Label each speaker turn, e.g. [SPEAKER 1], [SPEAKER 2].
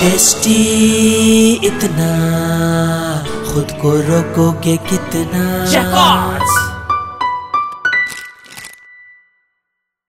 [SPEAKER 1] tasty इतना खुद को रोको के कितना